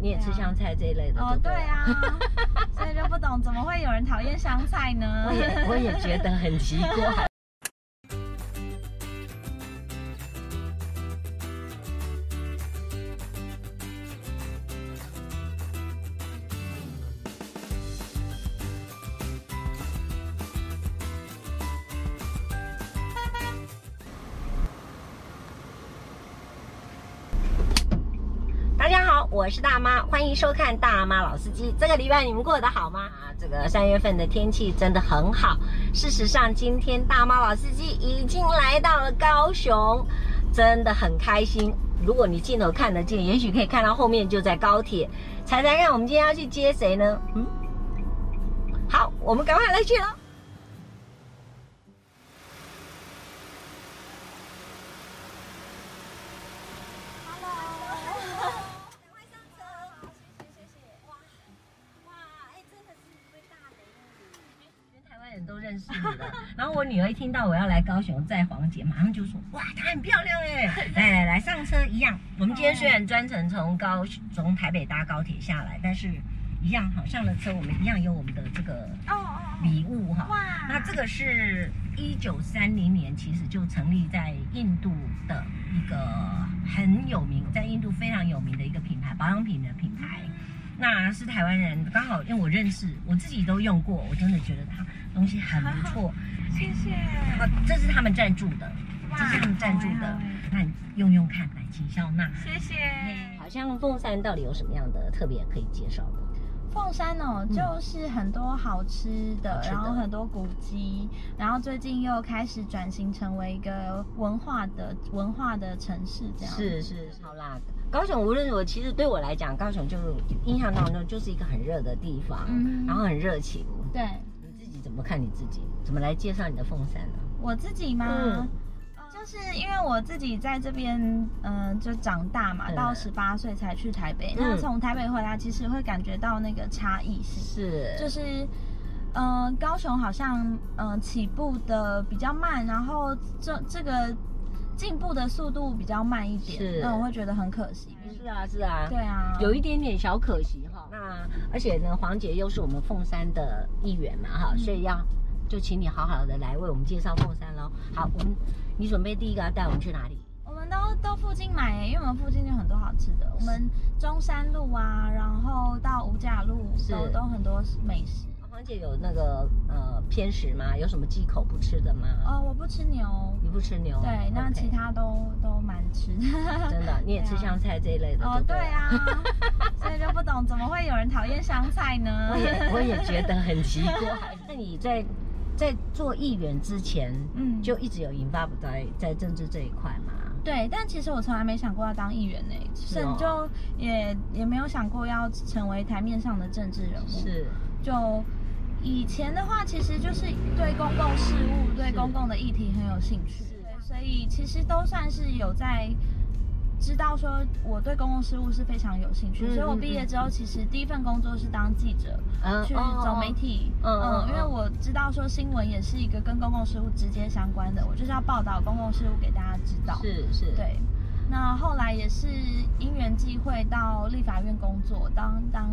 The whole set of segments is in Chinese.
你也吃香菜这一类的。哦，对对了，啊， 所以就不懂怎么会有人讨厌香菜呢？我也我也觉得很奇怪。大家好，我是大妈，欢迎收看《大妈老司机》。这个礼拜你们过得好吗？啊，这个三月份的天气真的很好。事实上，今天大妈老司机已经来到了高雄，真的很开心。如果你镜头看得见，也许可以看到后面就在高铁。猜猜看，我们今天要去接谁呢？嗯，好，我们赶快来去喽。台湾人都认识你了， 然后我女儿一听到我要来高雄载黄姐，马上就说：“哇，她很漂亮哎！”来来来，上车一样。我们今天虽然专程从高从台北搭高铁下来，但是一样哈，上了车我们一样有我们的这个 哦哦，礼物哈。哇，那这个是一九三零年，其实就成立在印度的一个很有名，在印度非常有名的一个品牌，保养品的品牌。嗯那是台湾人，刚好因为我认识，我自己都用过，我真的觉得它东西很不 错。谢谢，然后这是他们赞助的，这是他们赞助的好啊美，那你用用看，来，请笑纳。谢谢。嗯好像凤山到底有什么样的特别可以介绍的？凤山哦，嗯就是很多好吃的，好吃的然后很多古迹，然后最近又开始转型成为一个文化的文化的城市，这样是是，好啦，高雄无论如何，其实对我来讲，高雄就印象当中就是一个很热的地方，嗯然后很热情。对你自己怎么看你自己？怎么来介绍你的凤山呢、我自己嘛。嗯就是因为我自己在这边，嗯、就长大嘛，嗯到十八岁才去台北。嗯那从台北回来，其实会感觉到那个差异性。是，就是，呃，高雄好像嗯、呃起步的比较慢，然后这这个进步的速度比较慢一是点，那我会觉得很可惜。是啊是啊，对啊，有一点点小可惜哈。那而且呢，黄姐又是我们凤山的一员嘛哈，嗯所以要就请你好好的来为我们介绍凤山喽。好，我们你准备第一个要带我们去哪里？我们都都附近买、因为我们附近有很多好吃的，我们中山路啊，然后到五甲路是都都很多美食。黄姐有那个呃偏食吗？有什么忌口不吃的吗？哦，我不吃牛，你不吃牛？对，那 OK 其他都都蛮吃的。 真的你也吃香菜这一类的？对哦，对不对。啊， 所以就不懂怎么会有人讨厌香菜呢？我也我也觉得很奇 怪。那你在在做议员之前，嗯，就一直有引发不在在政治这一块嘛？对，但其实我从来没想过要当议员呢、是甚哦至就也也没有想过要成为台面上的政治人物。是就以前的话，其实就是对公共事务、对是公共的议题很有兴趣，是对所以其实都算是有在知道说我对公共事务是非常有兴趣。嗯所以我嗯毕嗯业之后，其实第一份工作是当记者，嗯去哦走媒体。嗯嗯嗯，因为嗯我知道说新闻也是一个跟公共事务直接相关的，我就是要报道公共事务给大家知道。是是，对，那后来也是因缘际会到立法院工作，当当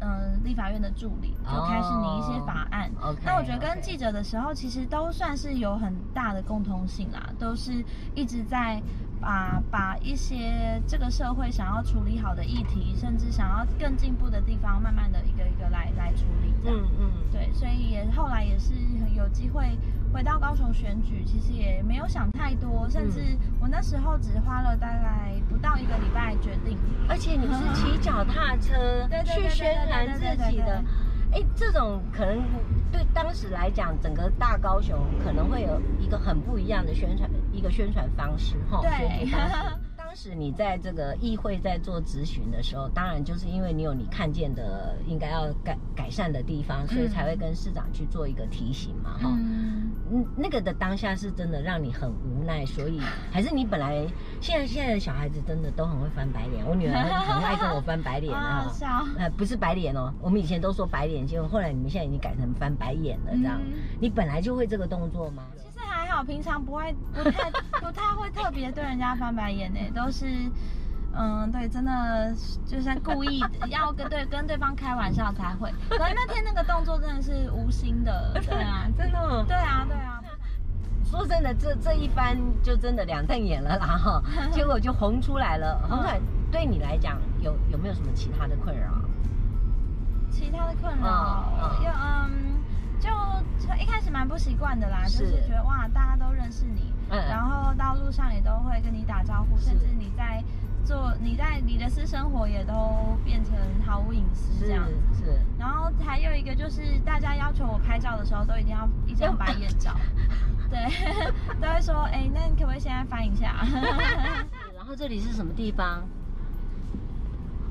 嗯、呃立法院的助理，就开始拟一些法案。哦 OK，那我觉得跟 OK 记者的时候，其实都算是有很大的共通性啦，都是一直在把把一些这个社会想要处理好的议题，甚至想要更进步的地方，慢慢的一个一个来来处理这样。嗯嗯，对，所以也后来也是很有机会回到高雄选举，其实也没有想太多，甚至我那时候只花了大概不到一个礼拜决定。而且你是骑脚踏车对对对对去对宣传对对对自己对的，哎，这种可能对当时来讲，整个大高雄可能会有一个很不一样的宣传，一个宣传方式哈。宣对传方式当时你在这个议会在做咨询的时候，当然就是因为你有你看见的应该要改改善的地方，所以嗯才会跟市长去做一个提醒嘛哈。嗯，嗯，那个的当下是真的让你很无奈，所以还是你本来现在现在的小孩子真的都很会翻白脸，我女儿很爱跟我翻白脸 啊啊，是啊呃，不是白脸哦，我们以前都说白脸，结果后来你们现在已经改成翻白眼了，这样、嗯你本来就会这个动作吗？其实还好，平常不会不太欸 不太会特别对人家翻白眼呢、都是嗯，对，真的就是故意要跟对跟对方开玩笑才会。可是那天那个动作真的是无心的，对啊，真的哦、对啊，对啊，说真的，这这一番就真的两瞪眼了啦 哈，结果就红出来了。红出来对你来讲有有没有什么其他的困扰？其他的困扰，嗯嗯要嗯，就一开始蛮不习惯的啦，就是是觉得哇，大家都认识你，嗯然后到路上也都会跟你打招呼，是甚至你在做你在你的私生活也都变成毫无隐私这样子。是是，然后还有一个就是，大家要求我拍照的时候都一定要一张白眼 照，对， 都会说，哎、那你可不可以现在翻一下？ 然后这里是什么地方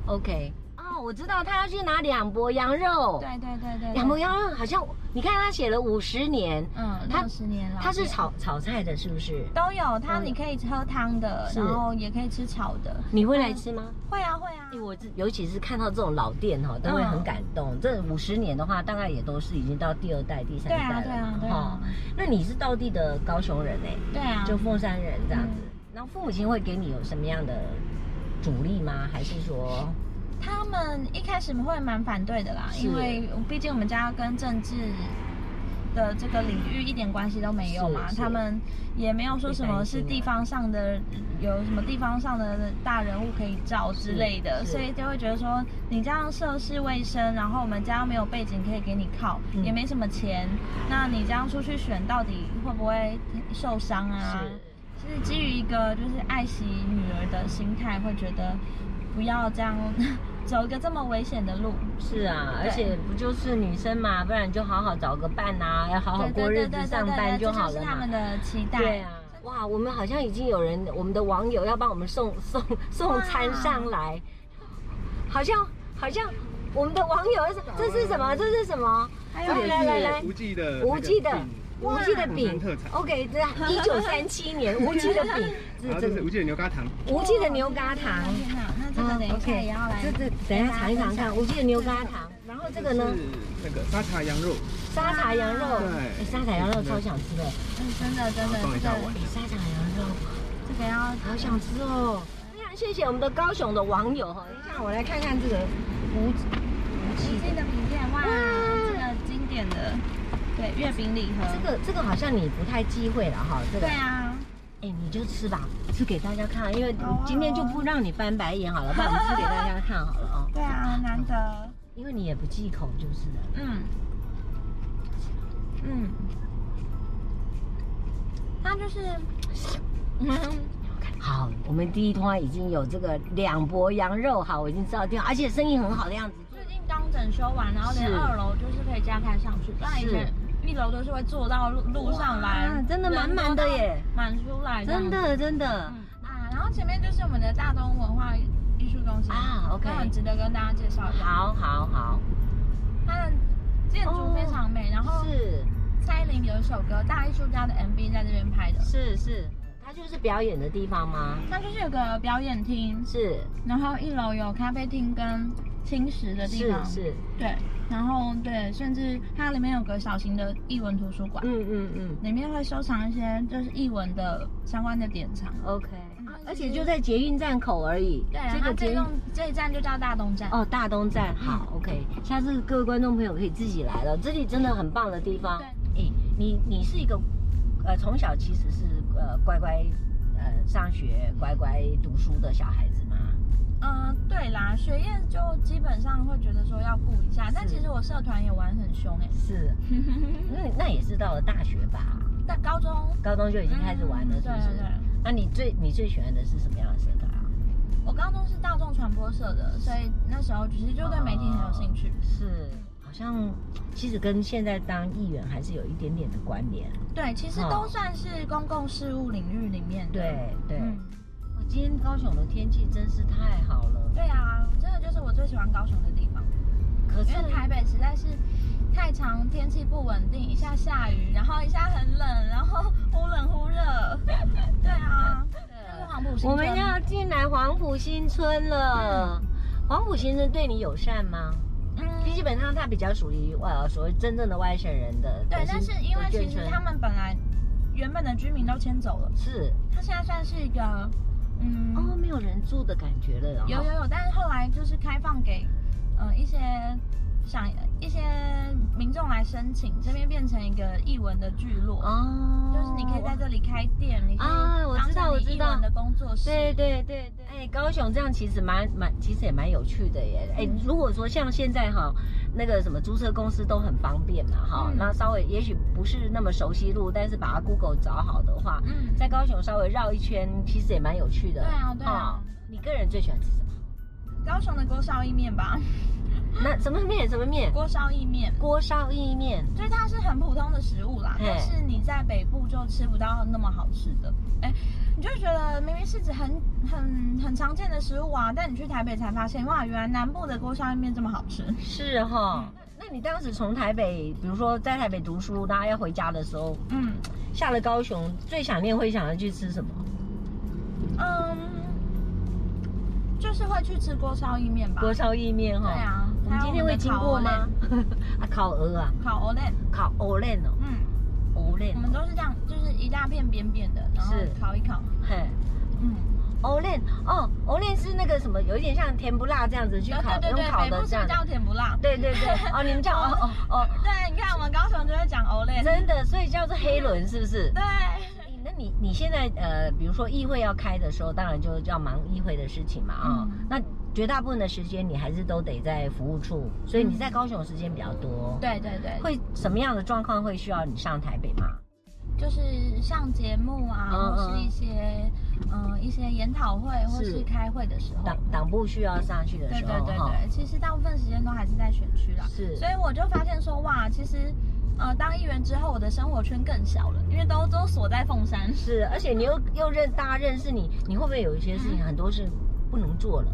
？OK，哦，我知道他要去拿两博羊肉。对对对对，两博羊肉好像你看他写了五十年，嗯，它六十年了，他是炒炒菜的，是不是？都有，它嗯你可以喝汤的，是然后也可以吃炒的。你会来吃吗？会啊会啊哎，我这尤其是看到这种老店哈，都会嗯很感动。这五十年的话，大概也都是已经到第二代、第三对啊代对了啊嘛对啊哈。那你是道地的高雄人哎、对啊，就凤山人这样子嗯。然后父母亲会给你有什么样的阻力吗？还是说，他们一开始会蛮反对的啦，是因为毕竟我们家跟政治。的这个领域一点关系都没有嘛是，是他们也没有说什么是会担心啊地方上的有什么地方上的大人物可以照之类的，是是所以就会觉得说你这样涉世未深，然后我们家又没有背景可以给你靠，嗯也没什么钱，那你这样出去选到底会不会受伤啊？是基于一个就是爱惜女儿的心态，会觉得不要这样 走一个这么危险的路，是是啊，对而且不就是女生嘛，不然就好好找个伴呐、要好好对过日对对对子对上对班就好了这就是他们嘛。的期待。对啊，哇，我们好像已经有人，我们的网友要帮我们送 送送餐上来，好像好像我们的网友是这是什么？这是什么？还这有里来是来来，无忌的那个无忌的饼无忌的饼哦凤山特产，OK，这一九三七年 无忌的饼，然后这是无忌的牛轧糖，无忌的牛轧糖。哦啊天哪，那这个等这这等一一下也要来，下尝一尝看，无忌的牛轧糖，然后这个呢，是那个沙茶羊肉，沙茶羊肉，对哎沙茶羊肉超想吃的，哎嗯，真的真的，放一下这个碗沙茶羊肉这个要好想吃哦。非常谢谢我们的高雄的网友哈，等一下我来看看这个无无忌奇迹的的饼店，哇，哇这个经典的对月饼礼盒，这个这个好像你不太忌讳了哈，这个对啊，哎你就吃吧，吃给大家看，因为好啊今天就不让你翻白眼 好了，不然我们吃给大家看好了哦，对啊，难得，因为你也不忌口就是了。嗯，嗯，它就是，嗯。好，我们第一通已经有这个两博羊肉，好，我已经知道地方，而且生意很好的样子。最近刚整修完，然后连是二楼就是可以加开上去，不然以前一楼都是会坐到路路上来哇，真的满满的耶，满出来这样真子。的真的，嗯啊，然后前面就是我们的大东文化艺术中心啊，OK 那很值得跟大家介绍一下。，嗯好好好，它的建筑非常哦美，然后是蔡依林有一首歌《大艺术家》的 MV 在这边拍的，是是，它就是表演的地方吗？它就是有个表演厅，是然后一楼有咖啡厅跟轻食的地是方，是，对，然后对，甚至它里面有个小型的艺文图书馆。嗯嗯嗯里面会收藏一些就是译文的相关的典藏。 ，OK，嗯而且就在捷运站口而已，对，啊然后这用这一站就叫大东站。哦，大东站嗯好、o k 下次各位观众朋友可以自己来了，这里真的很棒的地方。对诶你你是一个，呃，从小其实是呃乖乖，呃上学乖乖读书的小孩子吗？嗯，对啦，学业就基本上会觉得说要顾一下，但是其实我社团也玩很凶哎、 是，那那也是到了大学吧，但高中高中就已经开始玩了，嗯是不是？对对对那你最你最喜欢的是什么样的社团啊？我高中是大众传播社的，所以那时候只是就对媒体很有兴哦趣。是，好像其实跟现在当议员还是有一点点的关联。对，其实都算是公共事务领域里面的。嗯对对。嗯，我今天高雄的天气真是太好了，对啊，真的就是我最喜欢高雄的地方。可是因为台北实在是太长，天气不稳定，一下下雨，然后一下很冷，然后忽冷忽热。 对啊，就是黄埔新村我们要进来黄埔新村了。黄埔新村对你友善吗？嗯，基本上它比较属于呃所谓真正的外省人的。对，的但是新因为的眷其实村他们本来原本的居民都迁走了，是它现在算是一个嗯，哦，没有人住的感觉了哦。有有有，但是后来就是开放给，呃，一些想一些民众来申请，这边变成一个艺文的聚落，哦，就是你可以在这里开店，你可以啊我知道当成你我知道艺文的工作室，对对对对，哎，高雄这样其实蛮蛮，其实也蛮有趣的耶。哎嗯，如果说像现在哈，那个什么租车公司都很方便嘛哈嗯，那稍微也许不是那么熟悉路，但是把它 Google 找好的话，嗯，在高雄稍微绕一圈，其实也蛮有趣的。对啊对哈啊，你个人最喜欢吃什么？高雄的锅烧意面吧，那什么面？什么面？锅烧意面。锅烧意面。就是它是很普通的食物啦，嘿但是你在北部就吃不到那么好吃的。哎，你就会觉得明明是指很很很常见的食物啊，但你去台北才发现，哇，原来南部的锅烧意面这么好吃。是哈嗯。那你当时从台北，比如说在台北读书，大家要回家的时候，嗯下了高雄，最想念会想要去吃什么？嗯，就是会去吃锅烧意面吧。锅烧意面哈。对啊，我们今天会经过吗？啊，烤鹅 啊，还有我们的烤 o l e 烤鹅链哦，嗯，鹅链我，们都是这样，就是一大片扁扁的，然后是烤一烤。嘿，嗯，鹅链哦，鹅链是那个什么，有一点像甜不辣这样子去哦对烤对，对用对，烤北的部这是样。叫甜不辣。对对对， 哦，你们叫哦哦哦，对，你看我们高雄就会讲 o l e 真的，所以叫做黑轮是不是？对。哎那你你现在呃，比如说议会要开的时候，当然就要忙议会的事情嘛啊、哦嗯那绝大部分的时间你还是都得在服务处，所以你在高雄的时间比较多。，嗯对对对，会什么样的状况会需要你上台北吗？就是上节目啊，嗯或是嗯一些嗯、呃一些研讨会或是是开会的时候。党党部需要上去的对时对候，对哈对，其实大部分时间都还是在选区啦，是所以我就发现说，哇，其实，呃，当议员之后，我的生活圈更小了，因为都都锁在凤山。是，而且你又又认大家认识你，你会不会有一些事情、嗯很多是不能做 了？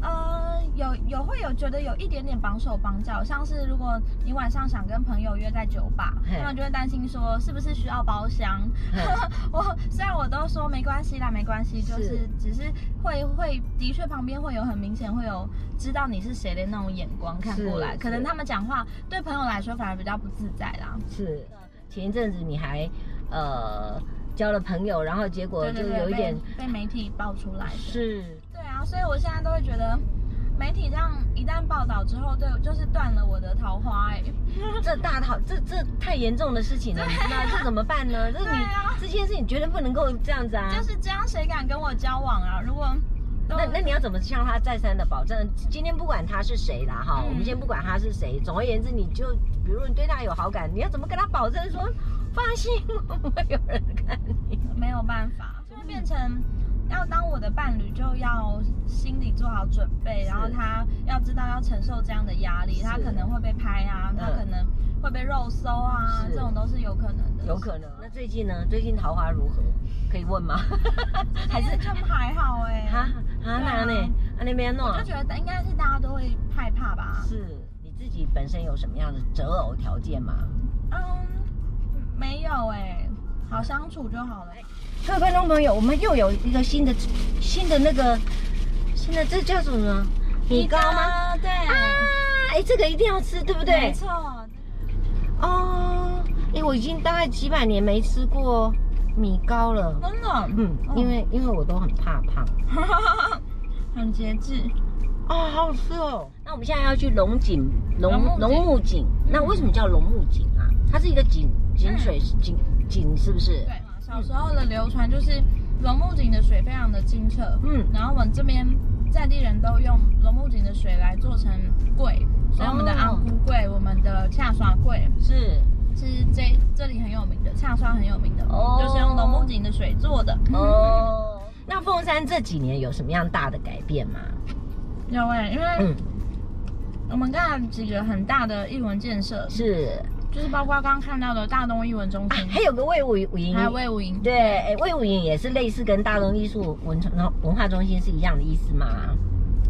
呃，有有会有觉得有一点点绑手绑脚，像是如果你晚上想跟朋友约在酒吧，嘿他们就会担心说是不是需要包厢。 我虽然我都说没关系啦，没关系，就是是只是会会的确旁边会有很明显会有知道你是谁的那种眼光看是过来，可能是他们讲话对朋友来说反而比较不自在啦。是，前一阵子你还呃交了朋友，然后结果对就对对，有一被点被媒体爆出来的。是对啊，所以我现在都会觉得，媒体这样一旦报道之后，对，就是断了我的桃花哎、这大好这这太严重的事情了，你知道这怎么办呢？这你、啊对啊这件事你绝对不能够这样子啊！就是这样，谁敢跟我交往啊？如果都那那你要怎么向他再三的保证？今天不管他是谁啦，哈、嗯我们先不管他是谁。总而言之，你就比如你对他有好感，你要怎么跟他保证说放心，我们会有人看你？没有办法，就会变成要当我的伴侣，就要心里做好准备，是然后他要知道要承受这样的压力，是他可能会被拍啊，嗯他可能会被肉搜啊，是这种都是有可能的。有可能。那最近呢？最近桃花如何？可以问吗？ 还还是是就还好哎、 哈哈那呢？啊那边我弄就觉得应该是大家都会害怕吧。是你自己本身有什么样的择偶条件吗？嗯，没有哎、好相处就好了。各位观众朋友，我们又有一个新的新的那个新的这叫什么？米糕吗？？对，啊，哎，这个一定要吃，对不对？没错。哦，哎，我已经大概几百年没吃过米糕了。真的，嗯，因为因为我都很怕胖。 很节制。哦，好好吃哦。那我们现在要去龙井嗯龙龙目井龙目井，那为什么叫龙目井啊？它是一个井井水井井是不是？对，小时候的流传就是龙目井的水非常的清澈，嗯然后我们这边在地人都用龙目井的水来做成柜，所以我们的哦昂菇柜、我们的恰刷柜是。是这这里很有名的，恰刷很有名的，哦就是用龙目井的水做的。哦， 那凤山这几年有什么样大的改变吗？有哎、因为嗯，我们干了几个很大的艺文建设，是就是包括刚刚看到的大东艺文中啊心，，还有个魏武营还，有魏武营。对，哎，魏武营也是类似跟大东艺术文创文化中心是一样的意思吗？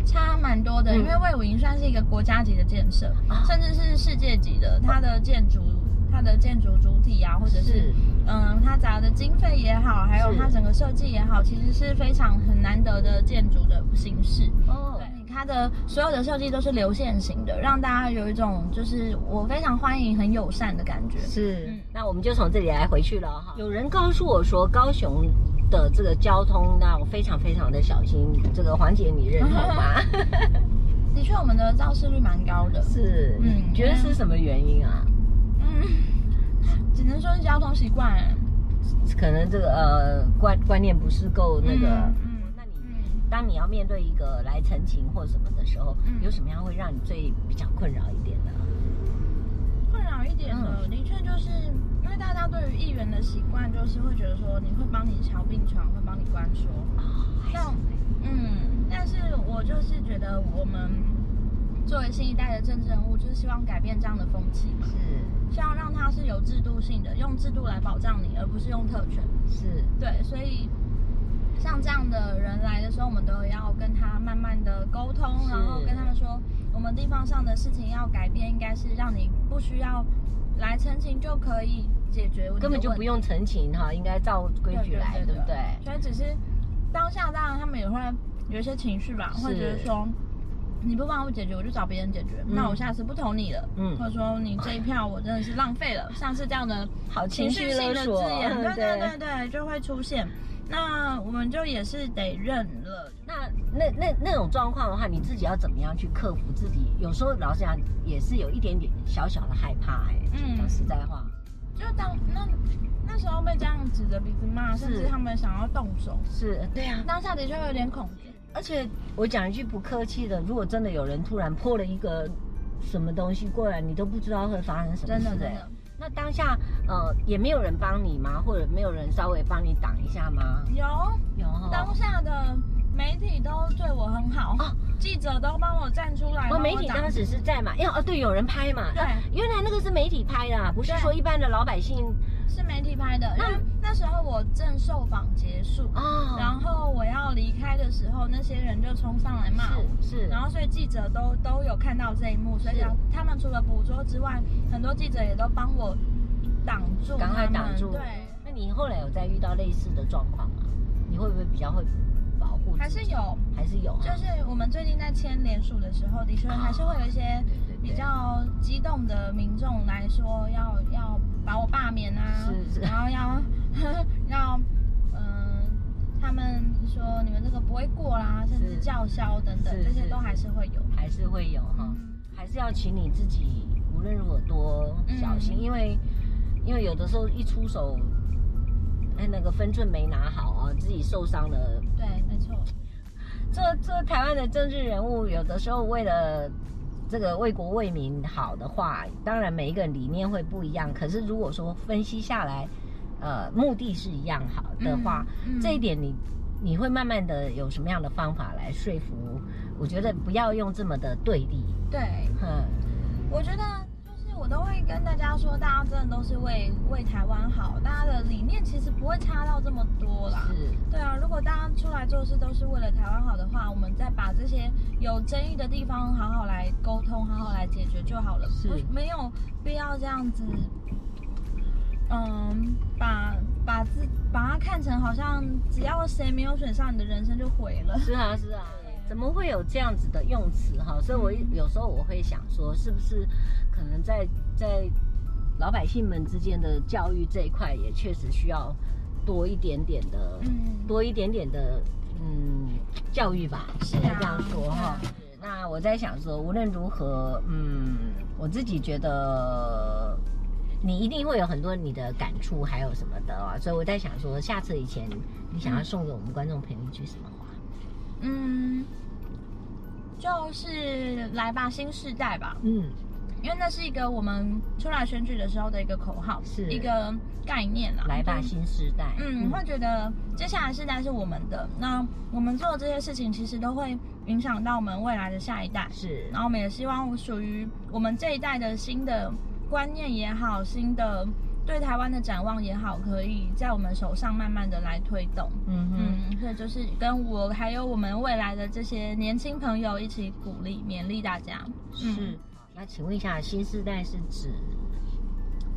差蛮多的，嗯因为魏武营算是一个国家级的建设，啊甚至是世界级的。它的建筑，它的建筑主体啊，或者是嗯，它砸的经费也好，还有是它整个设计也好，其实是非常很难得的建筑的形式。哦对，它的所有的设计都是流线型的，让大家有一种就是我非常欢迎、很友善的感觉。是嗯，那我们就从这里来回去了哈。有人告诉我说，高雄的这个交通呢，我非常非常的小心。这个黄姐，你认同 吗？的确，我们的肇事率蛮高的。是，嗯你觉得是什么原因啊？嗯，只能说是交通习惯。可能这个呃观观念不是够那个。嗯嗯那你嗯，当你要面对一个来陈情或什么的时候，嗯有什么样会让你最比较困扰一点的？困扰一点的，的确就是因为大家对于议员的习惯，就是会觉得说你会帮你瞧病床，会帮你关说。啊还是嗯，但是我就是觉得我们作为新一代的政治人物，就是希望改变这样的风气嘛，希望让它是有制度性的，用制度来保障你，而不是用特权。是是，对，所以像这样的人来的时候，我们都要跟他慢慢的沟通，是然后跟他们说，我们地方上的事情要改变，应该是让你不需要来澄清就可以解决你的根本就问不题用陈情哈，应该照规矩来，对不对？所以只是当下，当然他们也会有一些情绪吧，是会觉得说。你不帮我解决，我就找别人解决。嗯那我下次不投你了，嗯或者说你这一票我真的是浪费了。像是这样的好情绪绪性勒的字索眼，嗯对对对对对，就会出现。那我们就也是得认了。那那那那种状况的话，你自己要怎么样去克服自己？有时候老实讲，也是有一点点小小的害怕哎、嗯讲实在话，就当那那时候被这样指着鼻子骂，是甚至他们想要动手，是对啊。当下的确会有点恐惧。而且我讲一句不客气的，如果真的有人突然泼了一个什么东西过来，你都不知道会发生什么真事、的哎真的，那当下呃也没有人帮你吗？或者没有人稍微帮你挡一下吗？有有哦当下的媒体都对我很好，哦记者都帮我站出哦，来。帮媒体挡当时是在嘛？要哦对，有人拍嘛？对啊原来那个是媒体拍的、啊，不是对说一般的老百姓是媒体拍的，因那为那时候我正受访结束，嗯哦。然后我要离开的时候，那些人就冲上来骂我。是是，然后，所以记者都都有看到这一幕，所嗯以是他他们除了捕捉之外，很多记者也都帮我挡住他赶们，快挡住。对，那你后来有再遇到类似的状况吗？你会不会比较会保护自己？还是有，还是有啊，就是我们最近在签联署的时候，的确哦还是会有一些对对对比较激动的民众来说要要把我罢免啊，是是然后要 要嗯、他们说你们这个不会过啦，甚至是叫嚣等等，是这些是都还是会有。还是会有哈、嗯还是要请你自己无论如何多小心，嗯因为因为有的时候一出手，哎，那个分寸没拿好啊，自己受伤了。对，没错，做做台湾的政治人物，有的时候为了。这个为国为民好的话，当然每一个人理念会不一样。可是如果说分析下来，呃，目的是一样好的话，嗯，嗯这一点你你会慢慢的有什么样的方法来说服？我觉得不要用这么的对立，嗯对。哼，我觉得就是我都会跟大家说，大家真的都是为为台湾好，大家的理念其实不会差到这么多啦。是对啊，如果大家出来做事都是为了台湾好的话，我们再把这些有争议的地方好好来沟通，好好来解决就好了，是不没有必要这样子，嗯，把把自把它看成好像只要谁没有选上，你的人生就毁了。是啊是啊，怎么会有这样子的用词哈？所以我一有时候我会想说，是不是可能在在老百姓们之间的教育这一块，也确实需要多一点点的，嗯，多一点点的嗯教育吧，是应该啊这样说哈。对那我在想说，无论如何，嗯，我自己觉得你一定会有很多你的感触，还有什么的啊、所以我在想说，下次以前你想要送给我们观众朋友一句什么话？嗯，就是来吧，新时代吧，嗯，因为那是一个我们出来选举的时候的一个口号，是一个概念啦。来吧，就是新时代。嗯，会觉得接下来世代是我们的，那我们做的这些事情其实都会影响到我们未来的下一代，是，然后我们也希望属于我们这一代的新的观念也好，新的对台湾的展望也好，可以在我们手上慢慢的来推动。嗯哼，嗯，所以就是跟我还有我们未来的这些年轻朋友一起鼓励、勉励大家。嗯是。那请问一下，新时代是指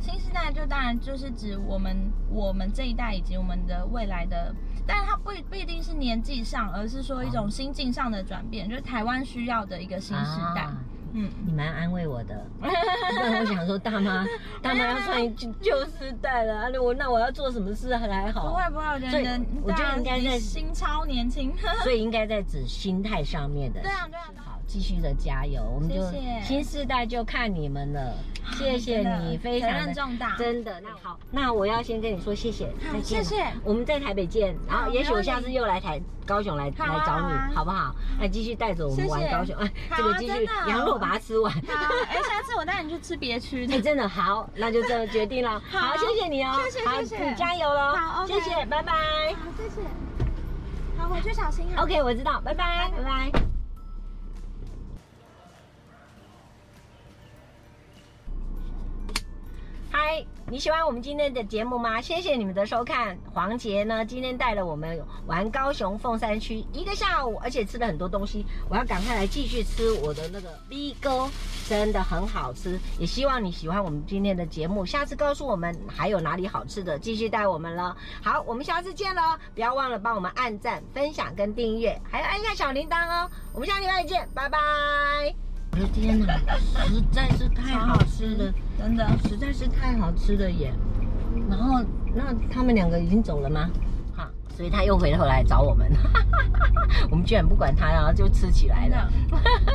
新时代就当然就是指我们我们这一代以及我们的未来的，但是它不不一定是啊年纪上，而是说一种心境上的转变，就是台湾需要的一个新时代。啊嗯，你蛮安慰我 的。那我想说，大妈，大妈要穿旧旧丝带了，啊那我那我要做什么事还好？不会不会，哦我觉所得以人我觉得应该在心超年轻。 所以应该在指心态上面的。对啊对啊对啊好，继续的加油，我们就谢谢新世代就看你们了。谢谢真你，的非常责的任重大，真的。那好，那我要先跟你说谢谢，再见谢了。谢，我们在台北见，然后好也许没我问题下次又来台高雄来、好啊来找你，好啊好不好？那继续带着我们谢谢玩高雄，哎、好 啊这个继续真的羊肉把它吃完。 好，哎，下次我带你去吃别区 哎，的，真的好，那就这么决定了。好谢谢你哦，谢谢好谢谢你加油喽，好，OK 谢谢，拜拜。哎好，谢谢。好，回去小心啊。 OK，我知道，拜拜，拜拜。嗨，你喜欢我们今天的节目吗？谢谢你们的收看。黄杰呢，今天带了我们玩高雄凤山区一个下午，而且吃了很多东西。我要赶快来继续吃我的那个 B 哥，真的很好吃。也希望你喜欢我们今天的节目，下次告诉我们还有哪里好吃的，继续带我们了。好，我们下次见喽！不要忘了帮我们按赞、分享跟订阅，还要按下小铃铛哦。我们下礼拜见，拜拜。我的哎天哪，实在是太好吃了。真的，实在是太好吃了耶。然后那他们两个已经走了吗？好， 所以他又回头来找我们，我们居然不管他，然后就吃起来真了的。。